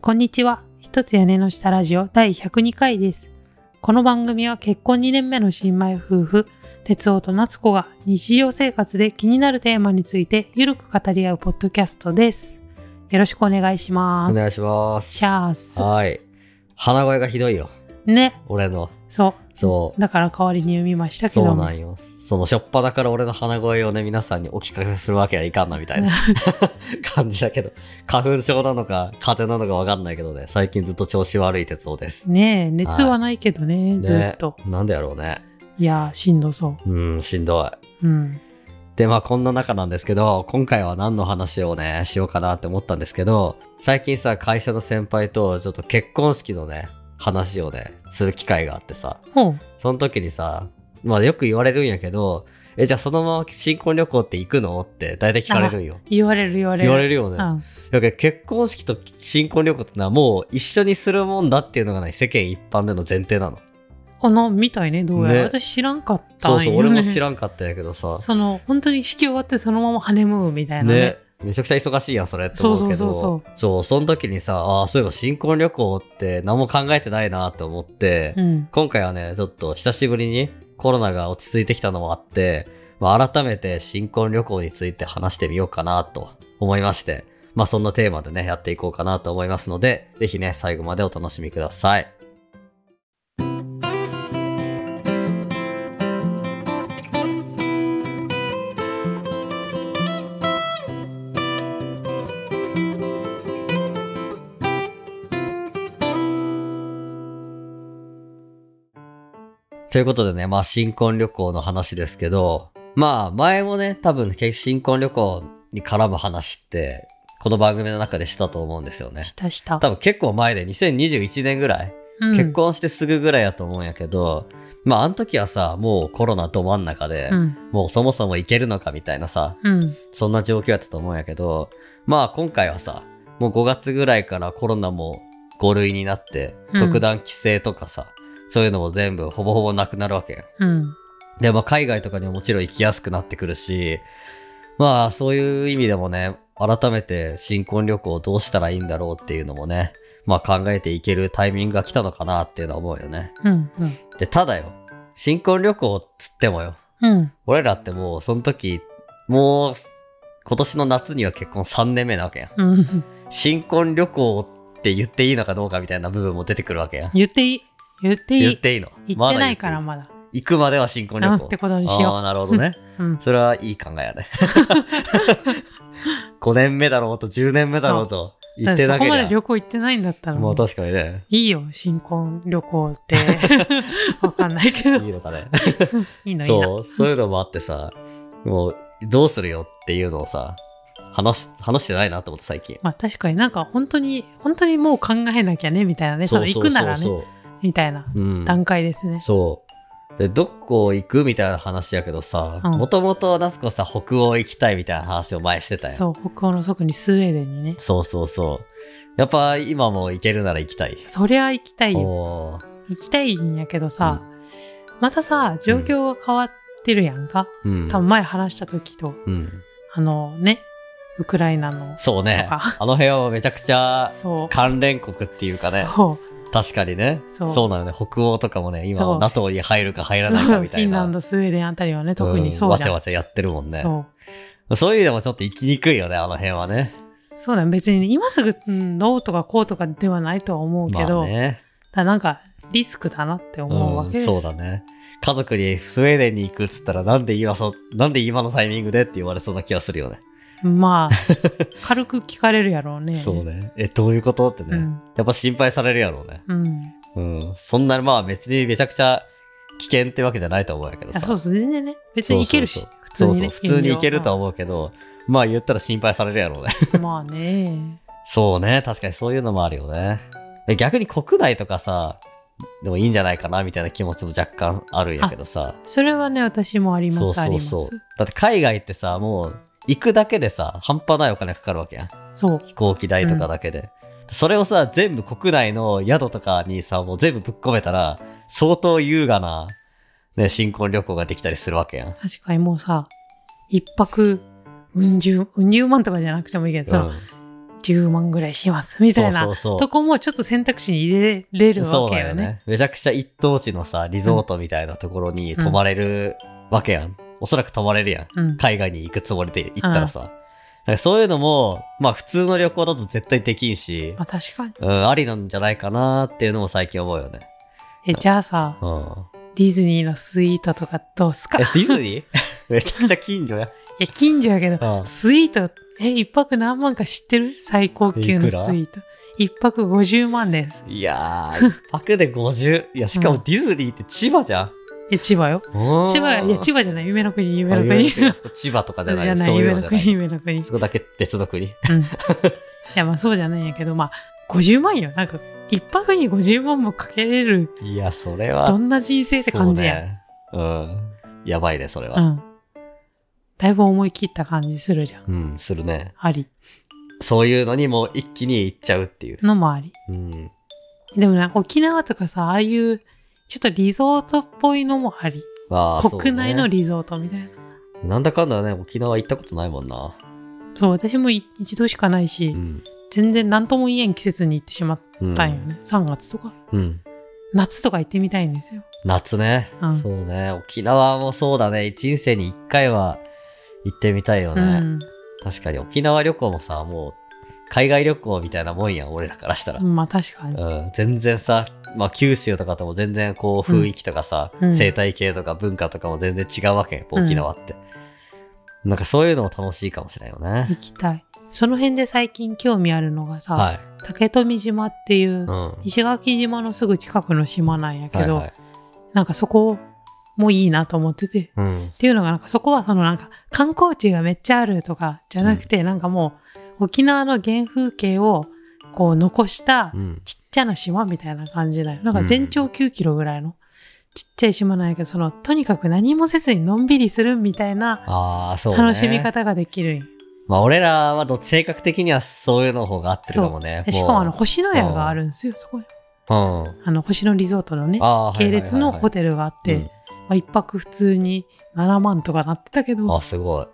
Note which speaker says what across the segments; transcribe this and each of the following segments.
Speaker 1: こんにちは。一つ屋根の下ラジオ第102回です。この番組は結婚2年目の新米夫婦、哲夫と夏子が日常生活で気になるテーマについてゆるく語り合うポッドキャストです。よろしくお願いします。
Speaker 2: お願いします。
Speaker 1: シャース。
Speaker 2: はい。鼻声がひどいよ。
Speaker 1: ね。
Speaker 2: 俺の。
Speaker 1: そう。。
Speaker 2: そう
Speaker 1: だから代わりに読みましたけど。
Speaker 2: そうなんよ。その、しょっぱだから俺の鼻声をね、皆さんにお聞かせするわけにはいかんな、みたいな 感じだけど。花粉症なのか、風邪なのかわかんないけどね、最近ずっと調子悪い鉄道です。
Speaker 1: ねえ、熱はないけどね、はい、ずっと、
Speaker 2: ね。なんでやろうね。。
Speaker 1: いやしんどそう
Speaker 2: うん、しんど
Speaker 1: い。うん。
Speaker 2: で、まあこんな中なんですけど、今回は何の話をね、しようかなって思ったんですけど、最近さ、会社の先輩とちょっと結婚式のね、話をね、する機会があってさ、その時にさ、まあよく言われるんやけど、え、じゃあそのまま新婚旅行って行くのって大体聞かれるんよ。
Speaker 1: 言われる言われる。
Speaker 2: 言われるよね。うん、だ結婚式と新婚旅行ってのはもう一緒にするもんだっていうのがね、世間一般での前提なの。
Speaker 1: あの、みたいね、どうやら、ね、私知らんかった
Speaker 2: そうそう、俺も知らんかったんやけどさ。
Speaker 1: その、本当に式終わってそのままハネムーンみたいなね。ね
Speaker 2: めちゃくちゃ忙しいやん、それって思うけど。そうそうそうそう。そう、その時にさ、ああ、そういえば新婚旅行って何も考えてないなって思って、うん、今回はね、ちょっと久しぶりにコロナが落ち着いてきたのもあって、まあ、改めて新婚旅行について話してみようかなと思いまして、まあそんなテーマでね、やっていこうかなと思いますので、ぜひね、最後までお楽しみください。ということでね、まあ新婚旅行の話ですけど、まあ前もね、多分新婚旅行に絡む話って、この番組の中でしたと思うんですよね。
Speaker 1: したした。
Speaker 2: 多分結構前で2021年ぐらい、うん、結婚してすぐぐらいやと思うんやけど、まああの時はさ、もうコロナど真ん中で、うん、もうそもそも行けるのかみたいなさ、
Speaker 1: うん、
Speaker 2: そんな状況やったと思うんやけど、まあ今回はさ、もう5月ぐらいからコロナも5類になって、特段規制とかさ、そういうのも全部ほぼほぼなくなるわけ。
Speaker 1: うん。
Speaker 2: で、まあ海外とかにももちろん行きやすくなってくるし、まあそういう意味でもね、改めて新婚旅行どうしたらいいんだろうっていうのもね、まあ考えていけるタイミングが来たのかなっていうのは思うよね。
Speaker 1: うん、うん、
Speaker 2: で、ただよ、新婚旅行っつってもよ、
Speaker 1: うん。
Speaker 2: 俺らってもうその時、もう今年の夏には結婚3年目なわけや。
Speaker 1: うん。
Speaker 2: 新婚旅行って言っていいのかどうかみたいな部分も出てくるわけや。
Speaker 1: 言っていい言っていい。
Speaker 2: 言っていいの。
Speaker 1: 行ってないからまだ。
Speaker 2: 行くまでは新婚旅行。
Speaker 1: ってことにしよう。
Speaker 2: ああ、なるほどね。
Speaker 1: うん、
Speaker 2: それはいい考えやね。5年目だろうと10年目だろうと言ってなけ
Speaker 1: れば。そこまで旅行行ってないんだったら。
Speaker 2: まあ確かにね。
Speaker 1: いいよ、新婚旅行って。 わかんないけど。
Speaker 2: いいのかね。
Speaker 1: いいのいい
Speaker 2: の。そう、そういうのもあってさ、もうどうするよっていうのをさ、話話してないなと思って最近。
Speaker 1: まあ確かになんか本当に、本当にもう考えなきゃね、みたいなね。その行くならね。みたいな段階ですね。
Speaker 2: うん、そう。で、どこ行くみたいな話やけどさ、もともと夏子さ、北欧行きたいみたいな話を前してたよ。
Speaker 1: そう、北欧の特にスウェーデンにね。
Speaker 2: そうそうそう。やっぱ今も行けるなら行きたい。
Speaker 1: そりゃ行きたいよ。行きたいんやけどさ、うん、またさ、状況が変わってるやんか。
Speaker 2: うん、
Speaker 1: 多分前話した時と、
Speaker 2: うん、
Speaker 1: あのね、ウクライナの。
Speaker 2: そうね。あの部屋はめちゃくちゃ関連国っていうかね。
Speaker 1: そう。
Speaker 2: 確かにね。そう。そうなのね。北欧とかもね、今、NATO に入るか入らないかみたい
Speaker 1: フィ
Speaker 2: な。
Speaker 1: ンランド、スウェーデンあたりはね、特にそう
Speaker 2: じゃん。わちゃわちゃやってるもんね。。
Speaker 1: そう
Speaker 2: そういう意味でもちょっと行きにくいよね、あの辺はね。
Speaker 1: そうだ、ね、別に今すぐ、うん、どうとかこうとかではないとは思うけど、まあ
Speaker 2: ね、
Speaker 1: だなんか、リスクだなって思うわけです、
Speaker 2: うん、そうだね。家族にスウェーデンに行くっつったら、なんで今そ、なんで今のタイミングでって言われそうな気がするよね。
Speaker 1: まあ、軽く聞かれるやろうね。
Speaker 2: そうね。え、どういうことってね、うん、やっぱ心配されるやろうね。。
Speaker 1: うん
Speaker 2: うん。そんな、まあ、別にめちゃくちゃ危険ってわけじゃないと思うんやけどさ。
Speaker 1: そうそう、全然ね。別にいけるし、普通に、
Speaker 2: そうそう、普通にいけるとは思うけど、まあ、言ったら心配されるやろうね。
Speaker 1: まあね。
Speaker 2: そうね。確かにそういうのもあるよね。逆に国内とかさ、でもいいんじゃないかなみたいな気持ちも若干あるんやけどさ。
Speaker 1: それはね、私もあります、そうそうそう。
Speaker 2: だって海外ってさ、もう、行くだけでさ、半端ないお金かかるわけやん。
Speaker 1: そう。
Speaker 2: 飛行機代とかだけで。うん、それをさ、全部国内の宿とかにさ、もう全部ぶっ込めたら、相当優雅な、ね、新婚旅行ができたりするわけやん。
Speaker 1: 確かにもうさ、一泊、うん十、うん十万とかじゃなくてもいいけどさ、うん、 9万ぐらいしますみたいな
Speaker 2: そうそうそう
Speaker 1: とこもちょっと選択肢に入れれる
Speaker 2: そ
Speaker 1: わ
Speaker 2: う
Speaker 1: け
Speaker 2: だ
Speaker 1: よ
Speaker 2: よ
Speaker 1: ね。
Speaker 2: ね。めちゃくちゃ一等地のさ、リゾートみたいなところに泊まれるわけやん。おそらく泊まれるやん。
Speaker 1: うん、
Speaker 2: 海外に行くつもりで行ったらさ。だからそういうのも、まあ普通の旅行だと絶対できんし、
Speaker 1: まあ確かに。
Speaker 2: うん、ありなんじゃないかなっていうのも最近思うよね。
Speaker 1: え、じゃあさ、
Speaker 2: うん。
Speaker 1: ディズニーのスイートとかどうすか
Speaker 2: え、ディズニー めちゃくちゃ近所や。
Speaker 1: え、近所やけど、
Speaker 2: うん
Speaker 1: スイート、え、一泊何万か知ってる最高級の
Speaker 2: いくら
Speaker 1: スイート。一泊50万です。
Speaker 2: いやー、一泊で50。いや、しかも
Speaker 1: うん
Speaker 2: ディズニーって千葉じゃん。
Speaker 1: え、千葉よ。千
Speaker 2: 千
Speaker 1: 葉、いや、千葉じゃない。夢の国、夢
Speaker 2: 葉
Speaker 1: の国。じ
Speaker 2: 千葉とかじゃない。
Speaker 1: ゃ ない、
Speaker 2: そうい
Speaker 1: 夢
Speaker 2: う
Speaker 1: の
Speaker 2: のじゃな
Speaker 1: 国、
Speaker 2: い。
Speaker 1: 夢の国。
Speaker 2: そこだけ別の国。
Speaker 1: うん。いや、まあそうじゃないんやけど、まあ、50万よ。なんか、一泊に50万もかけれる、
Speaker 2: いや、それは。
Speaker 1: どんな人生って感じや。
Speaker 2: そうね。うん。やばいね、それ
Speaker 1: う
Speaker 2: は。
Speaker 1: ん。だいぶ思い切った感じするじゃん。
Speaker 2: うん、するね。
Speaker 1: あり。
Speaker 2: そういうのにもう一気に行っちゃうっていう。
Speaker 1: のもあり。
Speaker 2: うん。
Speaker 1: でもな、沖縄とかさ、ああいう、ちょっとリゾートっぽいのもあり。
Speaker 2: まあ、
Speaker 1: 国内の
Speaker 2: そうね
Speaker 1: リゾートみたいな。
Speaker 2: なんだかんだね、沖縄行ったことないもんな。
Speaker 1: そう、私もい一度しかないし、
Speaker 2: うん。
Speaker 1: 全然何とも言えん季節に行ってしまっ
Speaker 2: うん。
Speaker 1: たんよね。3月とか。
Speaker 2: うん。
Speaker 1: 夏とか行ってみたいんですよ。
Speaker 2: 夏ね、
Speaker 1: うん
Speaker 2: そうね。沖縄もそうだね。人生に一回は行ってみたいよね。確かに沖縄旅行もさ、もう海外旅行みたいなもんやん、俺らからしたら
Speaker 1: う。ん。まあ確かに。
Speaker 2: うん、全然さ、まあ、九州とかとも全然こう雰囲気とかさ、
Speaker 1: うん
Speaker 2: 生態系とか文化とかも全然違うわけよ、
Speaker 1: うん
Speaker 2: 沖縄って、なんかそういうのも楽しいかもしれないよね
Speaker 1: 行。きたい。その辺で最近興味あるのがさ、
Speaker 2: はい。
Speaker 1: 竹富島っていう
Speaker 2: うん。、
Speaker 1: 石垣島のすぐ近くの島なんやけど、
Speaker 2: はいはい
Speaker 1: なんかそこもいいなと思ってて。
Speaker 2: うん。
Speaker 1: っていうのがなんかそこはそのなんか観光地がめっちゃあるとかじゃなくて、なんかもう沖縄の原風景をこう残した
Speaker 2: うん。
Speaker 1: ちっちゃな島みたいな感じだよ。なんか全長9キロぐらいのちっちゃい島なんやけど、そのとにかく何もせずにのんびりするみたいな
Speaker 2: ああ、そう、ね。
Speaker 1: 楽しみ。方ができるんよ
Speaker 2: まあ、俺らはど性格的にはそういうの方が合ってるかもね。
Speaker 1: えしかもあの星のやがあるんですよ、そこに。
Speaker 2: の、うん。
Speaker 1: あの星野リゾートのね、
Speaker 2: あー
Speaker 1: 系列のホテルがあっ
Speaker 2: はいはい
Speaker 1: て、まあ一泊普通に7万とかなってたけ
Speaker 2: うん、あ、
Speaker 1: ど、
Speaker 2: すごい。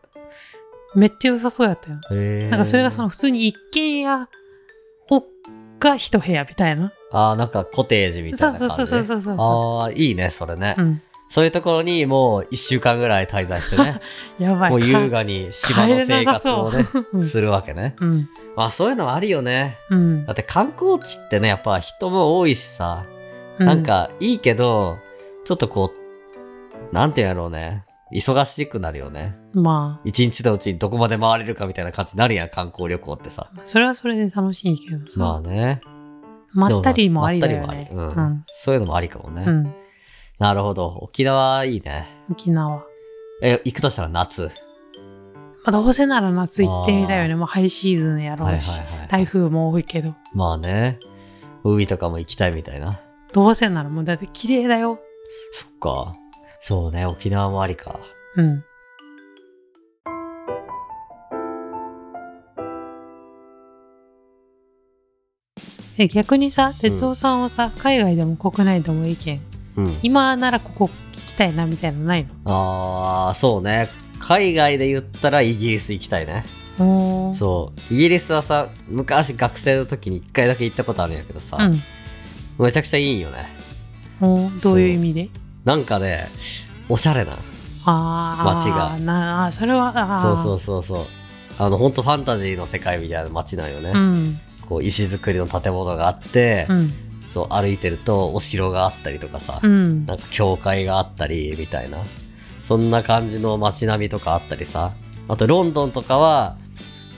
Speaker 1: めっちゃ良さそうやったよ。
Speaker 2: へー
Speaker 1: なんかそれがその。普通に一軒家をが一部屋みたいな。
Speaker 2: ああ、なんかコテージみた
Speaker 1: そ
Speaker 2: いうな
Speaker 1: そ
Speaker 2: 感
Speaker 1: う
Speaker 2: じ。
Speaker 1: そうそうそうそ
Speaker 2: ああ、いいね、それね、
Speaker 1: う。うん。
Speaker 2: そういうところにもう一週間ぐらい滞在してね。
Speaker 1: やばい。
Speaker 2: もう優
Speaker 1: か
Speaker 2: 雅に島の生活をね、
Speaker 1: うん
Speaker 2: するわけね。
Speaker 1: うん。
Speaker 2: まあそういうのはあるよね。
Speaker 1: うん
Speaker 2: だ。って観光地ってね、やっぱ人も多いしさ、
Speaker 1: う
Speaker 2: なん、かいいけど、ちょっとこう、なんていうんやろうね。忙しくなるよね。
Speaker 1: ま
Speaker 2: 一日のうちにどこまで回れるかみたいな感じになるやん、観光旅行ってさ。
Speaker 1: あ、それはそれで楽しいけどさ。
Speaker 2: まあね。
Speaker 1: まったりもありだよ
Speaker 2: まったり
Speaker 1: ね。
Speaker 2: もあり
Speaker 1: う
Speaker 2: うん
Speaker 1: ん。
Speaker 2: そういうのもありかもね。
Speaker 1: うん。
Speaker 2: なるほど。沖縄いいね。
Speaker 1: 沖縄。
Speaker 2: え、行くとしたら夏。
Speaker 1: まあ、どうせなら夏行ってみたいよね。もうハイシーズンやろうし。
Speaker 2: はい
Speaker 1: 台風も多いけど。
Speaker 2: まあね。海とかも行きたいみたいな。
Speaker 1: どうせならもうだって綺麗だよ。
Speaker 2: そっか。そうね、沖縄もありか。
Speaker 1: うん。え逆にさ、哲夫さんはさ、海外でも国内でも意見、
Speaker 2: うん。
Speaker 1: 今ならここ聞きたいなみたいなのない
Speaker 2: ああ、そうね。海外で言ったらイギリス行きたいね。
Speaker 1: のおー
Speaker 2: そう。イギリスはさ、昔学生の時に一回だけ行ったことあるんやけどさ、
Speaker 1: う
Speaker 2: めちゃくちゃいいんよね。
Speaker 1: ん。おーどういう意味で
Speaker 2: なんかね、おしゃれな。
Speaker 1: ああ、
Speaker 2: 街
Speaker 1: なあー、それは、あ
Speaker 2: そう
Speaker 1: あ。
Speaker 2: そうそうそう。あの、ほんとファンタジーの世界みたいな街なんよね。
Speaker 1: うん。
Speaker 2: こう、石造りの建物があって
Speaker 1: う、ん。
Speaker 2: そう、歩いてるとお城があったりとかさ、
Speaker 1: うん。
Speaker 2: なんか教会があったりみたいなそんな感じの街並みとかあったりさあとロンドンとかは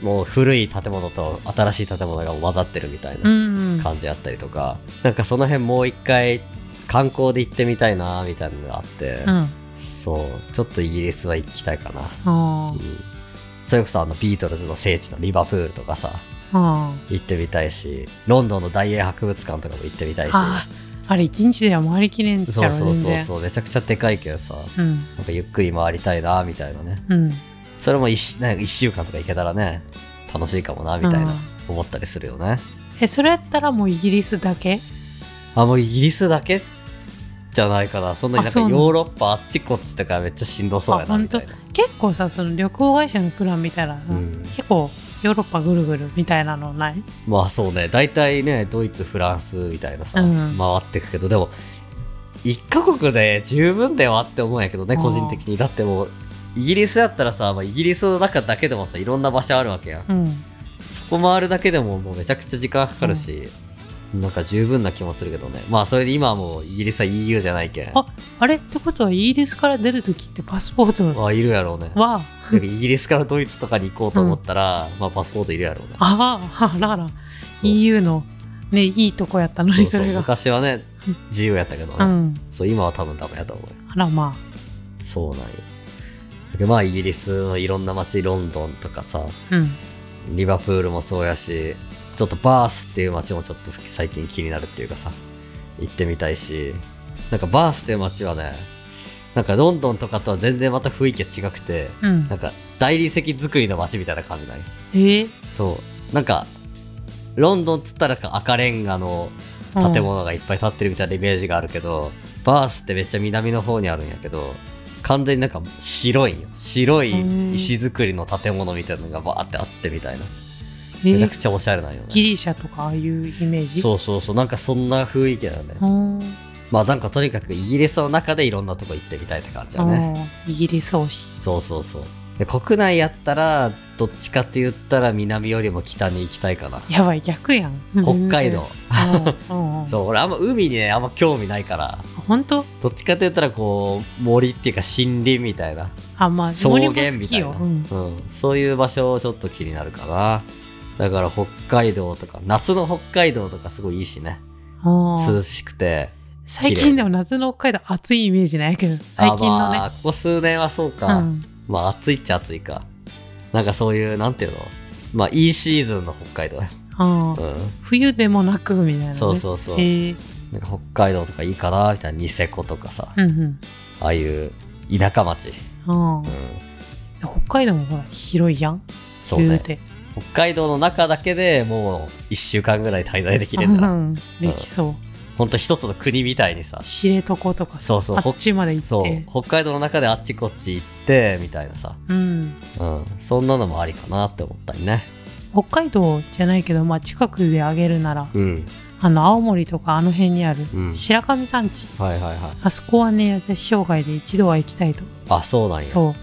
Speaker 2: もう古い建物と新しい建物が混ざってるみたい
Speaker 1: うん。う
Speaker 2: なん感じだったりとか、なんかその辺もう一回観光で行ってみたいなみたいなのがあって、
Speaker 1: うん。
Speaker 2: そうちょっとイギリスは行きたいかな、
Speaker 1: あ
Speaker 2: うんそれこそあのビートルズの聖地のリバプールとかさ
Speaker 1: あ。あ
Speaker 2: 行ってみたいしロンドンの大英博物館とかも行ってみたいし
Speaker 1: あー。あれ、一日では回りきれんじ
Speaker 2: そ
Speaker 1: ゃ
Speaker 2: う
Speaker 1: ろ、
Speaker 2: そう
Speaker 1: 全
Speaker 2: そう
Speaker 1: 然。
Speaker 2: そうめちゃくちゃでかいけどさ
Speaker 1: うん。
Speaker 2: なんかゆっくり回りたいな、みたいなね。
Speaker 1: うん。
Speaker 2: それも一しなんか一週間とか行けたらね、楽しいかもな、みたいな
Speaker 1: うん、
Speaker 2: 思ったりするよね。
Speaker 1: えそれやったらもうイギリスだけ
Speaker 2: あ、もうイギリスだけじゃないかな。そんなになん
Speaker 1: あそう
Speaker 2: か
Speaker 1: なの
Speaker 2: ヨーロッパあっちこっちとかめっちゃしんどそうや
Speaker 1: あ
Speaker 2: な、
Speaker 1: 本
Speaker 2: み
Speaker 1: 当
Speaker 2: たいな。
Speaker 1: 結構さその旅行会社のプラン見たら、
Speaker 2: うん
Speaker 1: 結構ヨーロッパぐるぐるみたいなのない
Speaker 2: まあそうね大体ねドイツフランスみたいなさ、
Speaker 1: うん
Speaker 2: 回ってくけどでも1カ国で十分だよって思うんやけどね
Speaker 1: あー
Speaker 2: 個人的にだってもうイギリスだったらさ、まあ、イギリスの中だけでもさいろんな場所あるわけやん
Speaker 1: うん
Speaker 2: そこ回るだけでももうめちゃくちゃ時間かかるし、なんか十分な気もするけどねまあそれで今はもうイギリスは EU じゃないけん
Speaker 1: ああれってことはイギリスから出るときってパスポート
Speaker 2: あいるやろうね
Speaker 1: は
Speaker 2: でイギリスからドイツとかに行こうと思ったら、まあパスポートいるやろうね
Speaker 1: ああだから EU のねいいとこやったの
Speaker 2: そう
Speaker 1: に
Speaker 2: そ
Speaker 1: そうれが
Speaker 2: 昔はね
Speaker 1: うん
Speaker 2: 自由やったけどね、
Speaker 1: うん
Speaker 2: そう今は多分ダメやと思うよ
Speaker 1: あらま
Speaker 2: そうなんよでまあイギリスのいろんな街ロンドンとかさ
Speaker 1: あうん
Speaker 2: リバプールもそうやしちょっとバースっていう街もちょっと最近気になるっていうかさ行ってみたいしなんかバースっていう街はねなんかロンドンとかとは全然また雰囲気が違くて
Speaker 1: うん
Speaker 2: なんか大理石造りの街みたいな感じない
Speaker 1: えー、
Speaker 2: そうなんかロンドンっつったらなんか赤レンガの
Speaker 1: うん
Speaker 2: 建物がいっぱい建ってるみたいなイメージがあるけど、バースってめっちゃ南の方にあるんやけど完全になんか白いんよ白い石造りの建物みたいなのがバーってあってみたいな
Speaker 1: え
Speaker 2: めちゃく
Speaker 1: ー
Speaker 2: ちゃおしゃれなんよね、
Speaker 1: ギリシャとかああいうイメージ
Speaker 2: そうそうそうなんかそんな雰囲気だよね、
Speaker 1: うん
Speaker 2: まあなんかとにかくイギリスの中でいろんなとこ行ってみたいって感じだね、
Speaker 1: うんイギリス推し
Speaker 2: そうそうそうで国内やったらどっちかって言ったら南よりも北に行きたいかな
Speaker 1: やばい逆やん
Speaker 2: 北海道
Speaker 1: うんうん
Speaker 2: そう俺あんま海にねあんま興味ないから
Speaker 1: 本当
Speaker 2: どっちかって言ったらこう森っていうか森林みたいな
Speaker 1: あまあ
Speaker 2: 草
Speaker 1: 森
Speaker 2: 原
Speaker 1: も好
Speaker 2: みた
Speaker 1: き
Speaker 2: いな、
Speaker 1: よ、うん
Speaker 2: うんそういう場所をちょっと気になるかなだから北海道とか夏の北海道とかすごいいいしね
Speaker 1: あー
Speaker 2: 涼しくて
Speaker 1: 最近でも夏の北海道暑いイメージないけど最近の
Speaker 2: あ
Speaker 1: ね
Speaker 2: ま、あここ数年はそうか、
Speaker 1: うん、
Speaker 2: まあ暑いっちゃ暑いかなんかそういうなんていうのまあいいシーズンの北海道ね
Speaker 1: あー
Speaker 2: う
Speaker 1: 冬でもなくみたいな、ね、
Speaker 2: んそうそうそう、
Speaker 1: へえ
Speaker 2: なんか北海道とかいいかなみたいなニセコとかさ
Speaker 1: うんうん
Speaker 2: ああいう田舎町、
Speaker 1: あ
Speaker 2: うん
Speaker 1: ー、北海道もほら広いやん
Speaker 2: そうね
Speaker 1: て
Speaker 2: 北海道の中だけでもう1週間ぐらい滞在できるんだ
Speaker 1: う
Speaker 2: な。
Speaker 1: ん、できそう
Speaker 2: ほんと一つの国みたいにさ、
Speaker 1: 知床とかさ
Speaker 2: そうそう
Speaker 1: あっちまで行って
Speaker 2: そう、北海道の中であっちこっち行って、みたいなさ、
Speaker 1: うん、
Speaker 2: うん、そんなのもありかなって思ったりね。
Speaker 1: 北海道じゃないけど、まあ、近くであげるなら
Speaker 2: うん。
Speaker 1: あの青森とかあの辺にある
Speaker 2: うん
Speaker 1: 白神山地、
Speaker 2: はいはいはい。
Speaker 1: あそこはね私生涯で一度は行きたいと
Speaker 2: あ、そうなんや。そ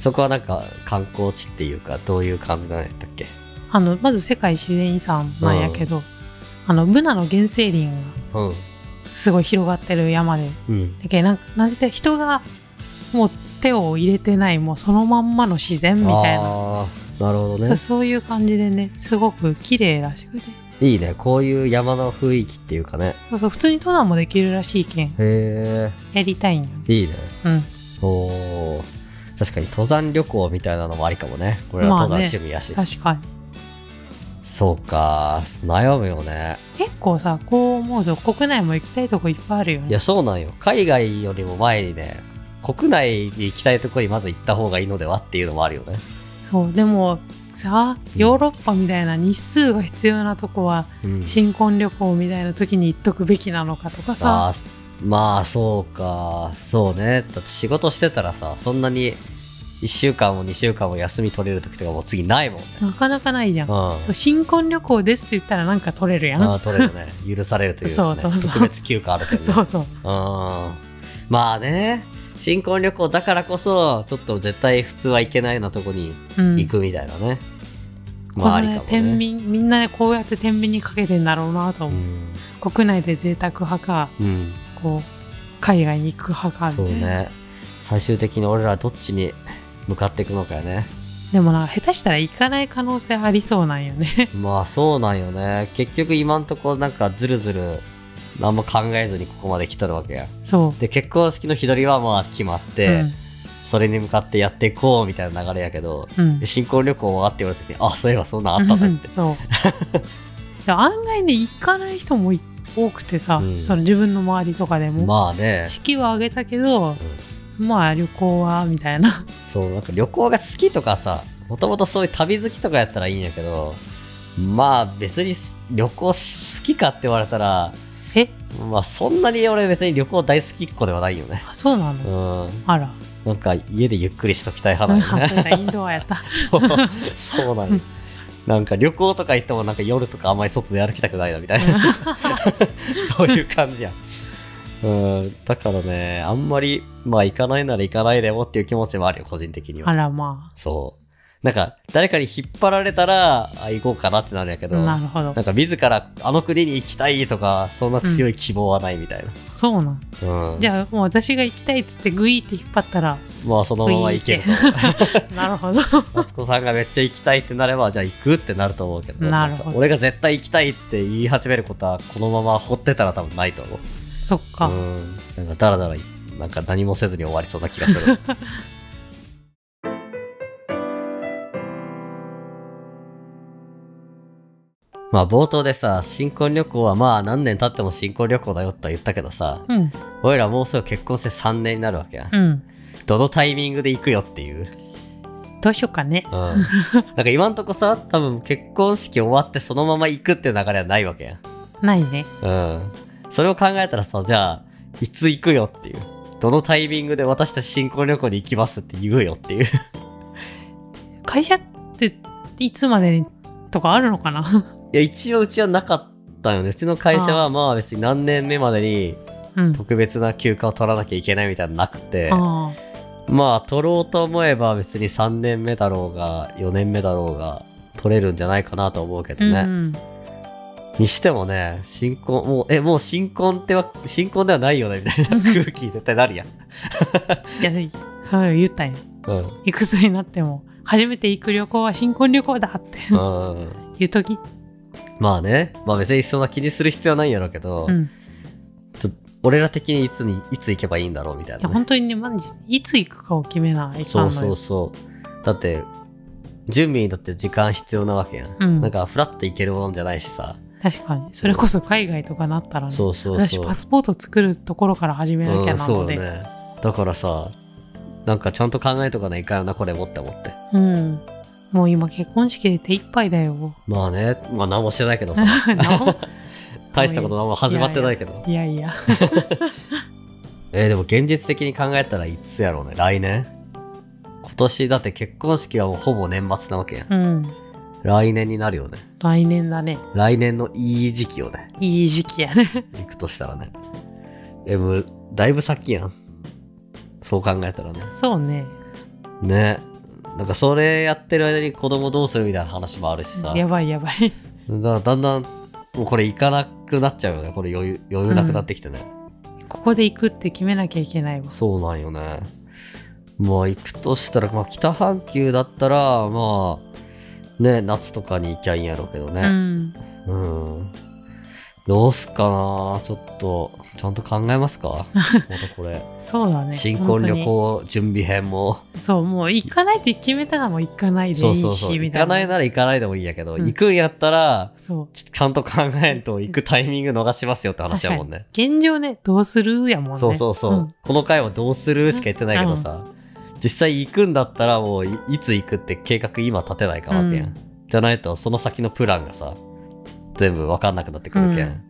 Speaker 1: そう
Speaker 2: こはなんか観光地っていうか、どういう感じなんやったっけ
Speaker 1: あのまず世界自然遺産なんやけど、あのブナの原生林が
Speaker 2: うん。
Speaker 1: すごい広がってる山で
Speaker 2: うん。
Speaker 1: だけどなんかなんて言ったら人がもう手を入れてないもうそのまんまの自然みたいな、
Speaker 2: あーなる ほど
Speaker 1: そう
Speaker 2: ね。
Speaker 1: そういう感じでねすごく綺麗らしくて
Speaker 2: いいね。こういう山の雰囲気っていうかね。
Speaker 1: そうそう普通に登山もできるらしいけん
Speaker 2: へ
Speaker 1: やりたいんよね
Speaker 2: え。いいね。
Speaker 1: うん
Speaker 2: おー確かに登山旅行みたいなのもありかもね。これは
Speaker 1: まあね
Speaker 2: 登山趣味やし。
Speaker 1: 確かに
Speaker 2: そうか、悩むよね。
Speaker 1: 結構さこう思うと国内も行きたいとこいっぱいあるよ
Speaker 2: い
Speaker 1: ね
Speaker 2: や、そうなんよ。海外よりも前にね、国内に行きたいとこにまず行った方がいいのではっていうのもあるよね。
Speaker 1: そうでもさヨーロッパみたいな日数が必要なとこは
Speaker 2: うん
Speaker 1: 新婚旅行みたいな時に行っとくべきなのかとかさ
Speaker 2: あーまあ、そうか、そうね。だって仕事してたらさ、そんなに1週間も2週間も休み取れる時とかもう次ないもんね。
Speaker 1: なかなかないじゃ
Speaker 2: うん
Speaker 1: ん。新婚旅行ですって言ったらなんか取れるや
Speaker 2: あ
Speaker 1: ん
Speaker 2: ー取れ るね。許されるというか、ね、
Speaker 1: そうそうそう
Speaker 2: 特別休暇あるけど、ね。
Speaker 1: そうそう
Speaker 2: うんまあね、新婚旅行だからこそ、ちょっと絶対普通は行けないようなとこに
Speaker 1: うん
Speaker 2: 行くみたいなね。
Speaker 1: こ
Speaker 2: まああ
Speaker 1: のね
Speaker 2: りかも
Speaker 1: 天
Speaker 2: ね。
Speaker 1: 秤みんなねこうやって天秤にかけてんだろうなと
Speaker 2: う
Speaker 1: 思う、
Speaker 2: ん、
Speaker 1: 国内で贅沢派か
Speaker 2: うん、
Speaker 1: こう海外に行く派かみた
Speaker 2: そう
Speaker 1: いな
Speaker 2: ね。最終的に俺らどっちに向かっていくのかよね。
Speaker 1: でもな下手したら行かない可能性ありそうなんよね
Speaker 2: まあそうなんよね。結局今んとこなんかずるずる何も考えずにここまで来とるわけや。
Speaker 1: そう
Speaker 2: で、結婚式の日取りはまあ決まって、それに向かってやっていこうみたいな流れやけど、
Speaker 1: うんうん
Speaker 2: 新婚旅行はって言われた時に、あ、そういえばそんなんあったねって。
Speaker 1: そうで案外ね行かない人もい多くてさ、
Speaker 2: うん
Speaker 1: その自分の周りとかでも、
Speaker 2: まあね。
Speaker 1: 式はあげたけど
Speaker 2: うん
Speaker 1: まあ旅行はみたいな
Speaker 2: そう、なんか旅行が好きとかさ、もともとそういう旅好きとかやったらいいんやけど、まあ別に旅行好きかって言われたら、
Speaker 1: え
Speaker 2: まあそんなに俺別に旅行大好きっ子ではないよね。
Speaker 1: あそうな
Speaker 2: う
Speaker 1: の、
Speaker 2: ん。
Speaker 1: あら
Speaker 2: なんか家でゆっくりしときたい 派なん
Speaker 1: だよね。インドアやった。
Speaker 2: そう、そうなの、ね。なんか旅行とか行ってもなんか夜とかあんまり外で歩きたくないなみたい なそういう感じやうんだからねあんまりまあ行かないなら行かないでもっていう気持ちもあるよ個人的には
Speaker 1: あらまあ
Speaker 2: そうなんか誰かに引っ張られたらあ行こうかなってなるんやけど
Speaker 1: なるほど
Speaker 2: なんか自らあの国に行きたいとかそんな強い希望はないみたいな、
Speaker 1: そうなん、
Speaker 2: うん
Speaker 1: じゃあもう私が行きたいっつってグイって引っ張った ら
Speaker 2: まあそのまま行けると
Speaker 1: なるほど
Speaker 2: マツコさんがめっちゃ行きたいってなれば、じゃあ行くってなると思うけど、
Speaker 1: なるほど
Speaker 2: んか俺が絶対行きたいって言い始めることは、このまま放ってたら多分ないと思う。
Speaker 1: そっか、
Speaker 2: うん。なんかだらだら、なんか何もせずに終わりそうな気がす る。まあ冒頭でさ、新婚旅行はまあ何年経っても新婚旅行だよって言ったけどさ、
Speaker 1: うん
Speaker 2: 俺らもうすぐ結婚して3年になるわけや。
Speaker 1: うん
Speaker 2: どのタイミングで行くよっていう。
Speaker 1: どうしようかね
Speaker 2: うんなんか今んとこさ、多分結婚式終わってそのまま行くっていう流れはないわけやん。
Speaker 1: ないね
Speaker 2: うん。それを考えたらさ、じゃあ、いつ行くよっていう。どのタイミングで私たち新婚旅行に行きますって言うよっていう。
Speaker 1: 会社っていつまでにとかあるのかな
Speaker 2: いや、一応うちはなかったよね。うちの会社はまあ別に何年目までに
Speaker 1: うん
Speaker 2: 特別な休暇を取らなきゃいけないみたいなのなくて、
Speaker 1: あ
Speaker 2: まあ取ろうと思えば別に3年目だろうが、4年目だろうが、取れるんじゃないかなと思うけ
Speaker 1: あ、
Speaker 2: どね。
Speaker 1: うん
Speaker 2: にしてもね、新婚、もう、え、もう新婚っては、新婚ではないよね、みた いな空気絶対なるやん。
Speaker 1: うん、いやそれを言ったんよ
Speaker 2: うん。
Speaker 1: いくつになっても初めて行く旅行は新婚旅行だって
Speaker 2: うん。
Speaker 1: 言うとき、
Speaker 2: まあね、まあ別にそんな気にする必要はないんやろうけど、
Speaker 1: うん、い
Speaker 2: 俺ら的にいつに、いつ行けばいいんだろうみたいな
Speaker 1: や
Speaker 2: ね、
Speaker 1: 本当にねマジいつ行くかを決めないか
Speaker 2: そ
Speaker 1: ん
Speaker 2: う
Speaker 1: の
Speaker 2: そ
Speaker 1: よ
Speaker 2: うそう。だって、準備にだって時間必要なわけやん。
Speaker 1: うん
Speaker 2: なんか、フラッと行けるもんじゃないしさ。
Speaker 1: 確かにそれこそ海外とかなったらね
Speaker 2: そうそう
Speaker 1: 私
Speaker 2: そう。
Speaker 1: パスポート作るところから始めなきゃ
Speaker 2: うん
Speaker 1: な
Speaker 2: そ
Speaker 1: の
Speaker 2: う
Speaker 1: で、
Speaker 2: よね。だからさ、なんかちゃんと考えとかないかんよな、これもって思って。
Speaker 1: うんもう今結婚式で手一杯だよ
Speaker 2: まあね、まあ何もしてないけどさ。
Speaker 1: なお
Speaker 2: 大したことはもう始まってないけど。
Speaker 1: いやいや
Speaker 2: えーでも現実的に考えたらいつやろうね。来年今年だって結婚式はもうほぼ年末なわけやん。
Speaker 1: うん
Speaker 2: 来年になるよね。
Speaker 1: 来年だね
Speaker 2: 来年のいい時期よね。
Speaker 1: いい時期やね
Speaker 2: 行くとしたらね。え、もう、だいぶ先やん。そう考えたらね。
Speaker 1: そうね
Speaker 2: ね。なんかそれやってる間に子供どうするみたいな話もあるしさ。
Speaker 1: やばいやばい
Speaker 2: だからだんだん、もうこれ行かなくなっちゃうよね。これ余裕、余裕なくなってきてね。
Speaker 1: ここで行くって決めなきゃいけないわ
Speaker 2: そうなんよね。まあ行くとしたら、まあ北半球だったら、まあ、ね、夏とかに行きゃいいんやろうけど
Speaker 1: う
Speaker 2: ね。
Speaker 1: ん
Speaker 2: うん。どうすっかなちょっと、ちゃんと考えま すかまたこれ。
Speaker 1: そうだね
Speaker 2: 新婚旅
Speaker 1: 本
Speaker 2: 行準備編も。
Speaker 1: 当にそうもう行かないって決めたらもう行かないでいいし
Speaker 2: そうそうそう。
Speaker 1: み
Speaker 2: 行
Speaker 1: たい
Speaker 2: か
Speaker 1: な
Speaker 2: ないなら行かないでもいいんやけど、
Speaker 1: うん
Speaker 2: 行くんやったら、
Speaker 1: そう
Speaker 2: ちちゃんと考えんと行くタイミング逃しますよって話やもんね。
Speaker 1: 現状ねどうするやもんね
Speaker 2: そうそうそう。
Speaker 1: うん
Speaker 2: この回はどうするしか言ってないけどさ、実際行くんだったらもういいつ行くって計画今立てないかわけやん。
Speaker 1: うん
Speaker 2: じゃないとその先のプランがさ、全部わかんなくなってくるけん。
Speaker 1: う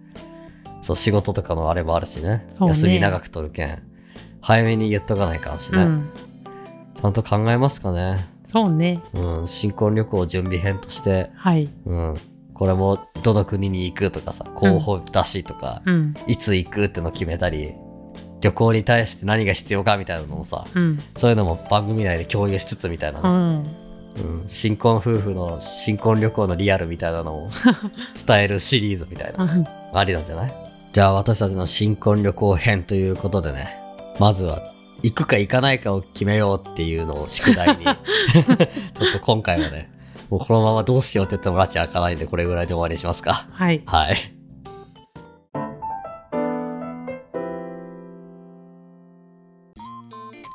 Speaker 2: そう、仕事とかのあれもあるしね。
Speaker 1: そうね
Speaker 2: 休み長く取るけん。早めに言っとかないかんしね。
Speaker 1: うん
Speaker 2: ちゃんと考えますかね。
Speaker 1: そうね
Speaker 2: うん、新婚旅行準備編として、
Speaker 1: はい
Speaker 2: うん、これもどの国に行くとかさ、候補出しとか、
Speaker 1: うん
Speaker 2: いつ行くっての決めたり、旅行に対して何が必要かみたいなのもさ、
Speaker 1: うん
Speaker 2: そういうのも番組内で共有しつつみたいな
Speaker 1: う
Speaker 2: の、
Speaker 1: ん
Speaker 2: うん新婚夫婦の新婚旅行のリアルみたいなの を伝えるシリーズみたいな、ありなんじゃないじゃあ私たちの新婚旅行編ということでね、まずは行くか行かないかを決めようっていうのを宿 題に、ちょっと今回はね、もうこのままどうしようって言ってもらち開かないんでこれぐらいで終わりにしますか。
Speaker 1: はい
Speaker 2: はい。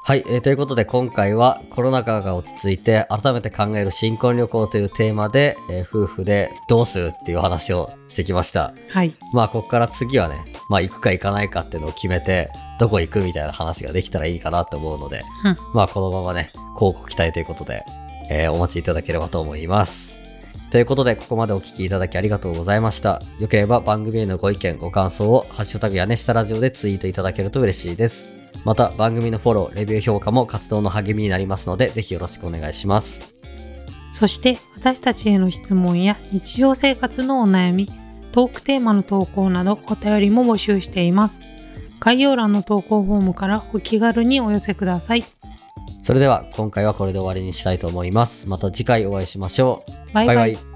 Speaker 2: はい、えーということで今回はコロナ禍が落ち着いて改めて考える新婚旅行というテーマで、えー夫婦でどうするっていう話をしてきました。
Speaker 1: はい
Speaker 2: まあここから次はね、まあ行くか行かないかっていうのを決めてどこ行くみたいな話ができたらいいかなと思うので、
Speaker 1: うん
Speaker 2: まあこのままね、広告期待ということで、えーお待ちいただければと思います。ということで、ここまでお聞きいただきありがとうございました。よければ番組へのご意見、ご感想を、ハッシュタグ屋根下ラジオでツイートいただけると嬉しいです。また番組のフォロー、レビュー評価も活動の励みになりますので、ぜひよろしくお願いします。
Speaker 1: そして私たちへの質問や日常生活のお悩み、トークテーマの投稿などお便りも募集しています。概要欄の投稿フォームからお気軽にお寄せください。
Speaker 2: それでは今回はこれで終わりにしたいと思います。また次回お会いしましょう。
Speaker 1: バイバイ,バイ,バイ